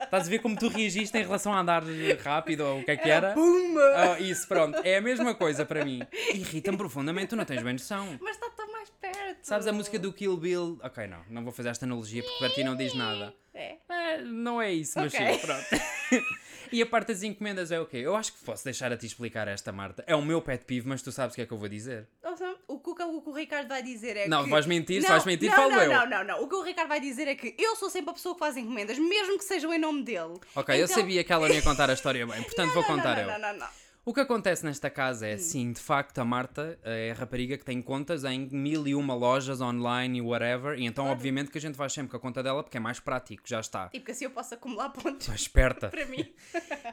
Speaker 2: Estás a ver como tu reagiste em relação a andar rápido ou o que é que era?
Speaker 1: Pumba.
Speaker 2: Ah, isso, pronto, é a mesma coisa para mim. Irrita-me profundamente, tu não tens bem noção.
Speaker 1: Mas está tão mais perto.
Speaker 2: Sabes a música do Kill Bill? Ok, não, não vou fazer esta analogia porque para ti não diz nada.
Speaker 1: É.
Speaker 2: É, não é isso, mas
Speaker 1: Ok.
Speaker 2: sim, pronto. *laughs* e a parte das encomendas é o quê? Eu acho que posso deixar a ti explicar esta, Marta. É o meu pet peeve, mas tu sabes o que é que eu vou dizer.
Speaker 1: Ouça, O que, o que- o que o Ricardo vai dizer é
Speaker 2: Não,
Speaker 1: que...
Speaker 2: vais mentir, se
Speaker 1: Não,
Speaker 2: vais mentir,
Speaker 1: não,
Speaker 2: falo
Speaker 1: não,
Speaker 2: eu.
Speaker 1: Não, não, não. O que o Ricardo vai dizer é que eu sou sempre a pessoa que faz encomendas, mesmo que sejam em nome dele.
Speaker 2: Ok, eu
Speaker 1: Então-
Speaker 2: sabia que ela não ia contar a história bem, portanto
Speaker 1: *laughs*
Speaker 2: vou
Speaker 1: Não, não,
Speaker 2: contar
Speaker 1: não,
Speaker 2: eu.
Speaker 1: Não, Hum. não, não.
Speaker 2: O que acontece nesta casa é, sim, de facto, a Marta é a rapariga que tem contas em mil e uma lojas online e whatever, e então obviamente que a gente vai sempre com a conta dela porque é mais prático, já está.
Speaker 1: Tipo que assim eu posso acumular pontos *laughs*
Speaker 2: Mas esperta.
Speaker 1: para mim.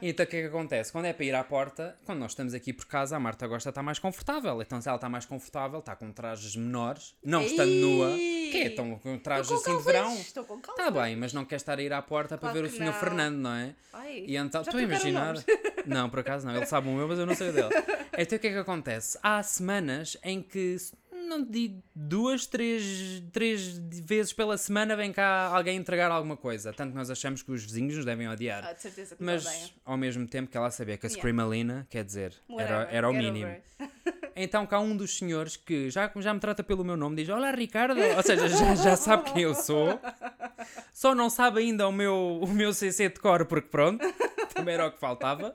Speaker 2: Então o que é que acontece? Quando é para ir à porta, quando nós estamos aqui por casa, a Marta gosta de estar mais confortável. Então se ela está mais confortável, está com trajes menores, não estando
Speaker 1: Ei!
Speaker 2: nua. Que estão com trajes
Speaker 1: Estou com
Speaker 2: assim de verão.
Speaker 1: calções, estou com
Speaker 2: Está bem, mas não quer estar a ir à porta para
Speaker 1: Claro
Speaker 2: ver o
Speaker 1: que
Speaker 2: senhor
Speaker 1: não.
Speaker 2: Fernando, não é?
Speaker 1: Ai,
Speaker 2: E então,
Speaker 1: já
Speaker 2: estou
Speaker 1: trocaram
Speaker 2: a imaginar.
Speaker 1: nomes.
Speaker 2: *laughs* Não, por acaso não, ele sabe o meu, mas eu não sei
Speaker 1: *laughs*
Speaker 2: o dele. Então o que é que acontece? Há semanas em que, se- não digo duas, três, três vezes pela semana vem cá alguém entregar alguma coisa. Tanto que nós achamos que os vizinhos nos devem odiar.
Speaker 1: Ah, de certeza que
Speaker 2: Mas
Speaker 1: não odeiam.
Speaker 2: ao mesmo tempo que ela sabia que a
Speaker 1: Yeah.
Speaker 2: Screamalina, quer dizer, era,
Speaker 1: Whatever,
Speaker 2: era o
Speaker 1: get
Speaker 2: mínimo.
Speaker 1: over it.
Speaker 2: Então cá um dos senhores que já, já me trata pelo meu nome diz:
Speaker 1: *laughs*
Speaker 2: Olá Ricardo, ou seja, já, já sabe quem eu sou, só não sabe ainda o meu, o meu CC de cor, porque pronto, *laughs* também era o que faltava.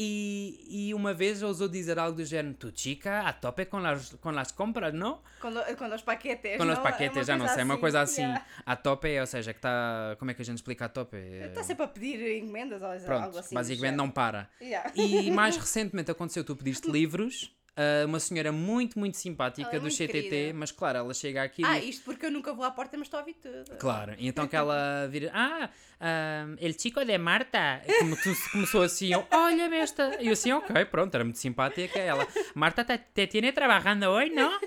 Speaker 2: E, e uma vez ousou dizer algo do género: Tu chica, a tope com las, com las compras, não?
Speaker 1: Quando, quando os paquetes.
Speaker 2: Com os
Speaker 1: não? É uma
Speaker 2: paquetes, já não sei,
Speaker 1: coisa
Speaker 2: uma coisa assim.
Speaker 1: yeah.
Speaker 2: A tope, ou seja, que está. Como é que a gente explica a tope?
Speaker 1: Está sempre a pedir encomendas ou algo
Speaker 2: Pronto,
Speaker 1: assim. do
Speaker 2: basicamente
Speaker 1: género.
Speaker 2: não para.
Speaker 1: Yeah.
Speaker 2: E mais recentemente aconteceu, tu pediste livros. a uma senhora muito, muito simpática
Speaker 1: Ela é
Speaker 2: do
Speaker 1: muito
Speaker 2: CTT,
Speaker 1: querida.
Speaker 2: mas claro, ela chega aqui
Speaker 1: Ah,
Speaker 2: e...
Speaker 1: isto porque eu nunca vou à porta, mas estou a ouvir tudo.
Speaker 2: Claro, e então que ela vira... Ah, ahm, el chico de Marta. Como tu, começou assim, eu, olha esta. E eu assim, ok, pronto, era muito simpática. Ela, Marta, te, te tiene trabajando hoy, não?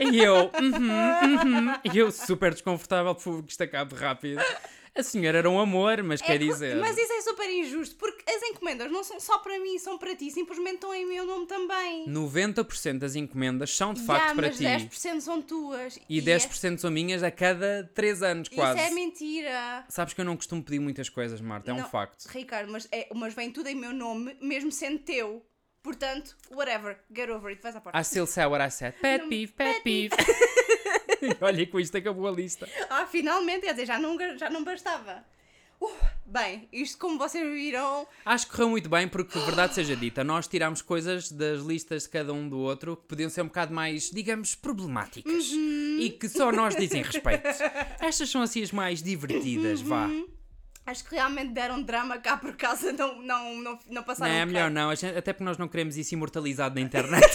Speaker 2: E eu, uhum, uhum. E eu super desconfortável, por favor, que isto acabe rápido. A senhora era um amor, mas
Speaker 1: É
Speaker 2: quer
Speaker 1: co-
Speaker 2: dizer...
Speaker 1: Mas isso é super injusto, porque as encomendas não são só para mim, são para ti, simplesmente estão em meu nome também.
Speaker 2: 90% das encomendas são de facto
Speaker 1: Ya,
Speaker 2: para
Speaker 1: mas
Speaker 2: ti.
Speaker 1: 10% são tuas.
Speaker 2: E 10% são minhas a cada 3 anos,
Speaker 1: é- Isso
Speaker 2: quase.
Speaker 1: é mentira.
Speaker 2: Sabes que eu não costumo pedir muitas coisas, Marta, é um
Speaker 1: Não,
Speaker 2: facto.
Speaker 1: Ricardo, mas, é, mas vem tudo em meu nome, mesmo sendo teu.
Speaker 2: Ah,
Speaker 1: Portanto, whatever, get over it, vais à porta.
Speaker 2: I still say what I said. Pet peeve, *laughs* pet peeve. E Olha, com isto acabou a lista.
Speaker 1: Ah, finalmente, quer dizer, já não, já não bastava. Uh, bem, isto como vocês viram,
Speaker 2: Acho que correu muito bem, porque, verdade seja dita, nós tirámos coisas das listas de cada um do outro que podiam ser um bocado mais, digamos, problemáticas
Speaker 1: Uhum.
Speaker 2: e que só nós dizem respeito. Estas são assim as mais divertidas, vá.
Speaker 1: Uhum. acho que realmente deram drama cá por causa, não, não, não, não
Speaker 2: Não,
Speaker 1: passaram
Speaker 2: é
Speaker 1: um
Speaker 2: melhor
Speaker 1: bocado.
Speaker 2: não, a gente- até porque nós não queremos isso imortalizado na internet.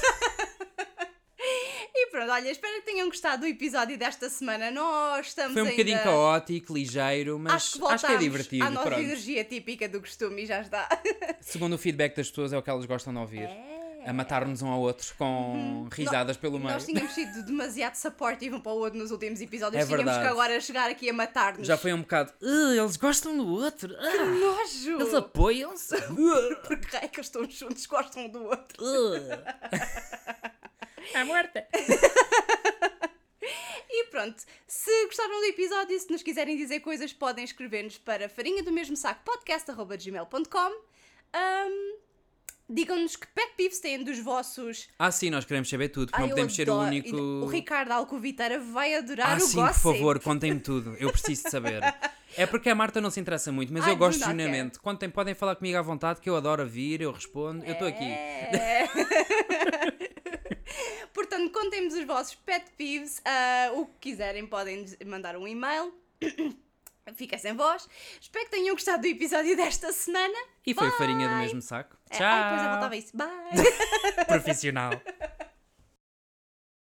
Speaker 1: E pronto, olha, espero que tenham gostado do episódio desta semana. Nós estamos
Speaker 2: Foi um bocadinho
Speaker 1: ainda...
Speaker 2: caótico, ligeiro, mas
Speaker 1: Acho que voltámos Ah,
Speaker 2: acho que é divertido.
Speaker 1: à nossa
Speaker 2: pronto.
Speaker 1: energia típica do costume e já está.
Speaker 2: Segundo o feedback das pessoas, é o que elas gostam de ouvir. A matar-nos um ao outro com risadas pelo meio.
Speaker 1: É. Uhum. Nós tínhamos sido demasiado supportive um para o outro nos últimos episódios.
Speaker 2: É
Speaker 1: tínhamos
Speaker 2: verdade.
Speaker 1: que agora chegar aqui a matar-nos.
Speaker 2: Já foi um bocado. "Ah, eles gostam do outro. ah,
Speaker 1: Nojo! *laughs*
Speaker 2: eles apoiam-se.
Speaker 1: Porque é que eles estão juntos, gostam um do outro.
Speaker 2: É morta.
Speaker 1: E pronto, se gostaram do episódio e se nos quiserem dizer coisas, podem escrever-nos para farinha do mesmo saco podcast.gmail.com. Ahm, Digam-nos que pet peeves têm dos vossos.
Speaker 2: Ah, sim, nós queremos saber tudo,
Speaker 1: Ai,
Speaker 2: porque não
Speaker 1: eu
Speaker 2: podemos ser o
Speaker 1: adoro-
Speaker 2: único.
Speaker 1: O Ricardo Alcoviteira vai adorar
Speaker 2: ah,
Speaker 1: o
Speaker 2: sim, por
Speaker 1: gossip.
Speaker 2: favor, contem-me tudo. Eu preciso de saber. É porque a Marta não se interessa muito, mas
Speaker 1: Ai,
Speaker 2: eu gosto
Speaker 1: do not
Speaker 2: genuinamente. Contem, podem falar comigo à vontade, que eu adoro ouvir, eu respondo. Eu estou aqui. *laughs*
Speaker 1: É. Portanto, contem-nos os vossos pet peeves, ah, o que quiserem, podem nos mandar um e-mail. *coughs* Fica sem voz. Espero que tenham gostado do episódio desta semana. Ah,
Speaker 2: E foi farinha do mesmo saco. Tchau.
Speaker 1: É, ai, depois eu voltava a isso. Bye!
Speaker 2: Profissional.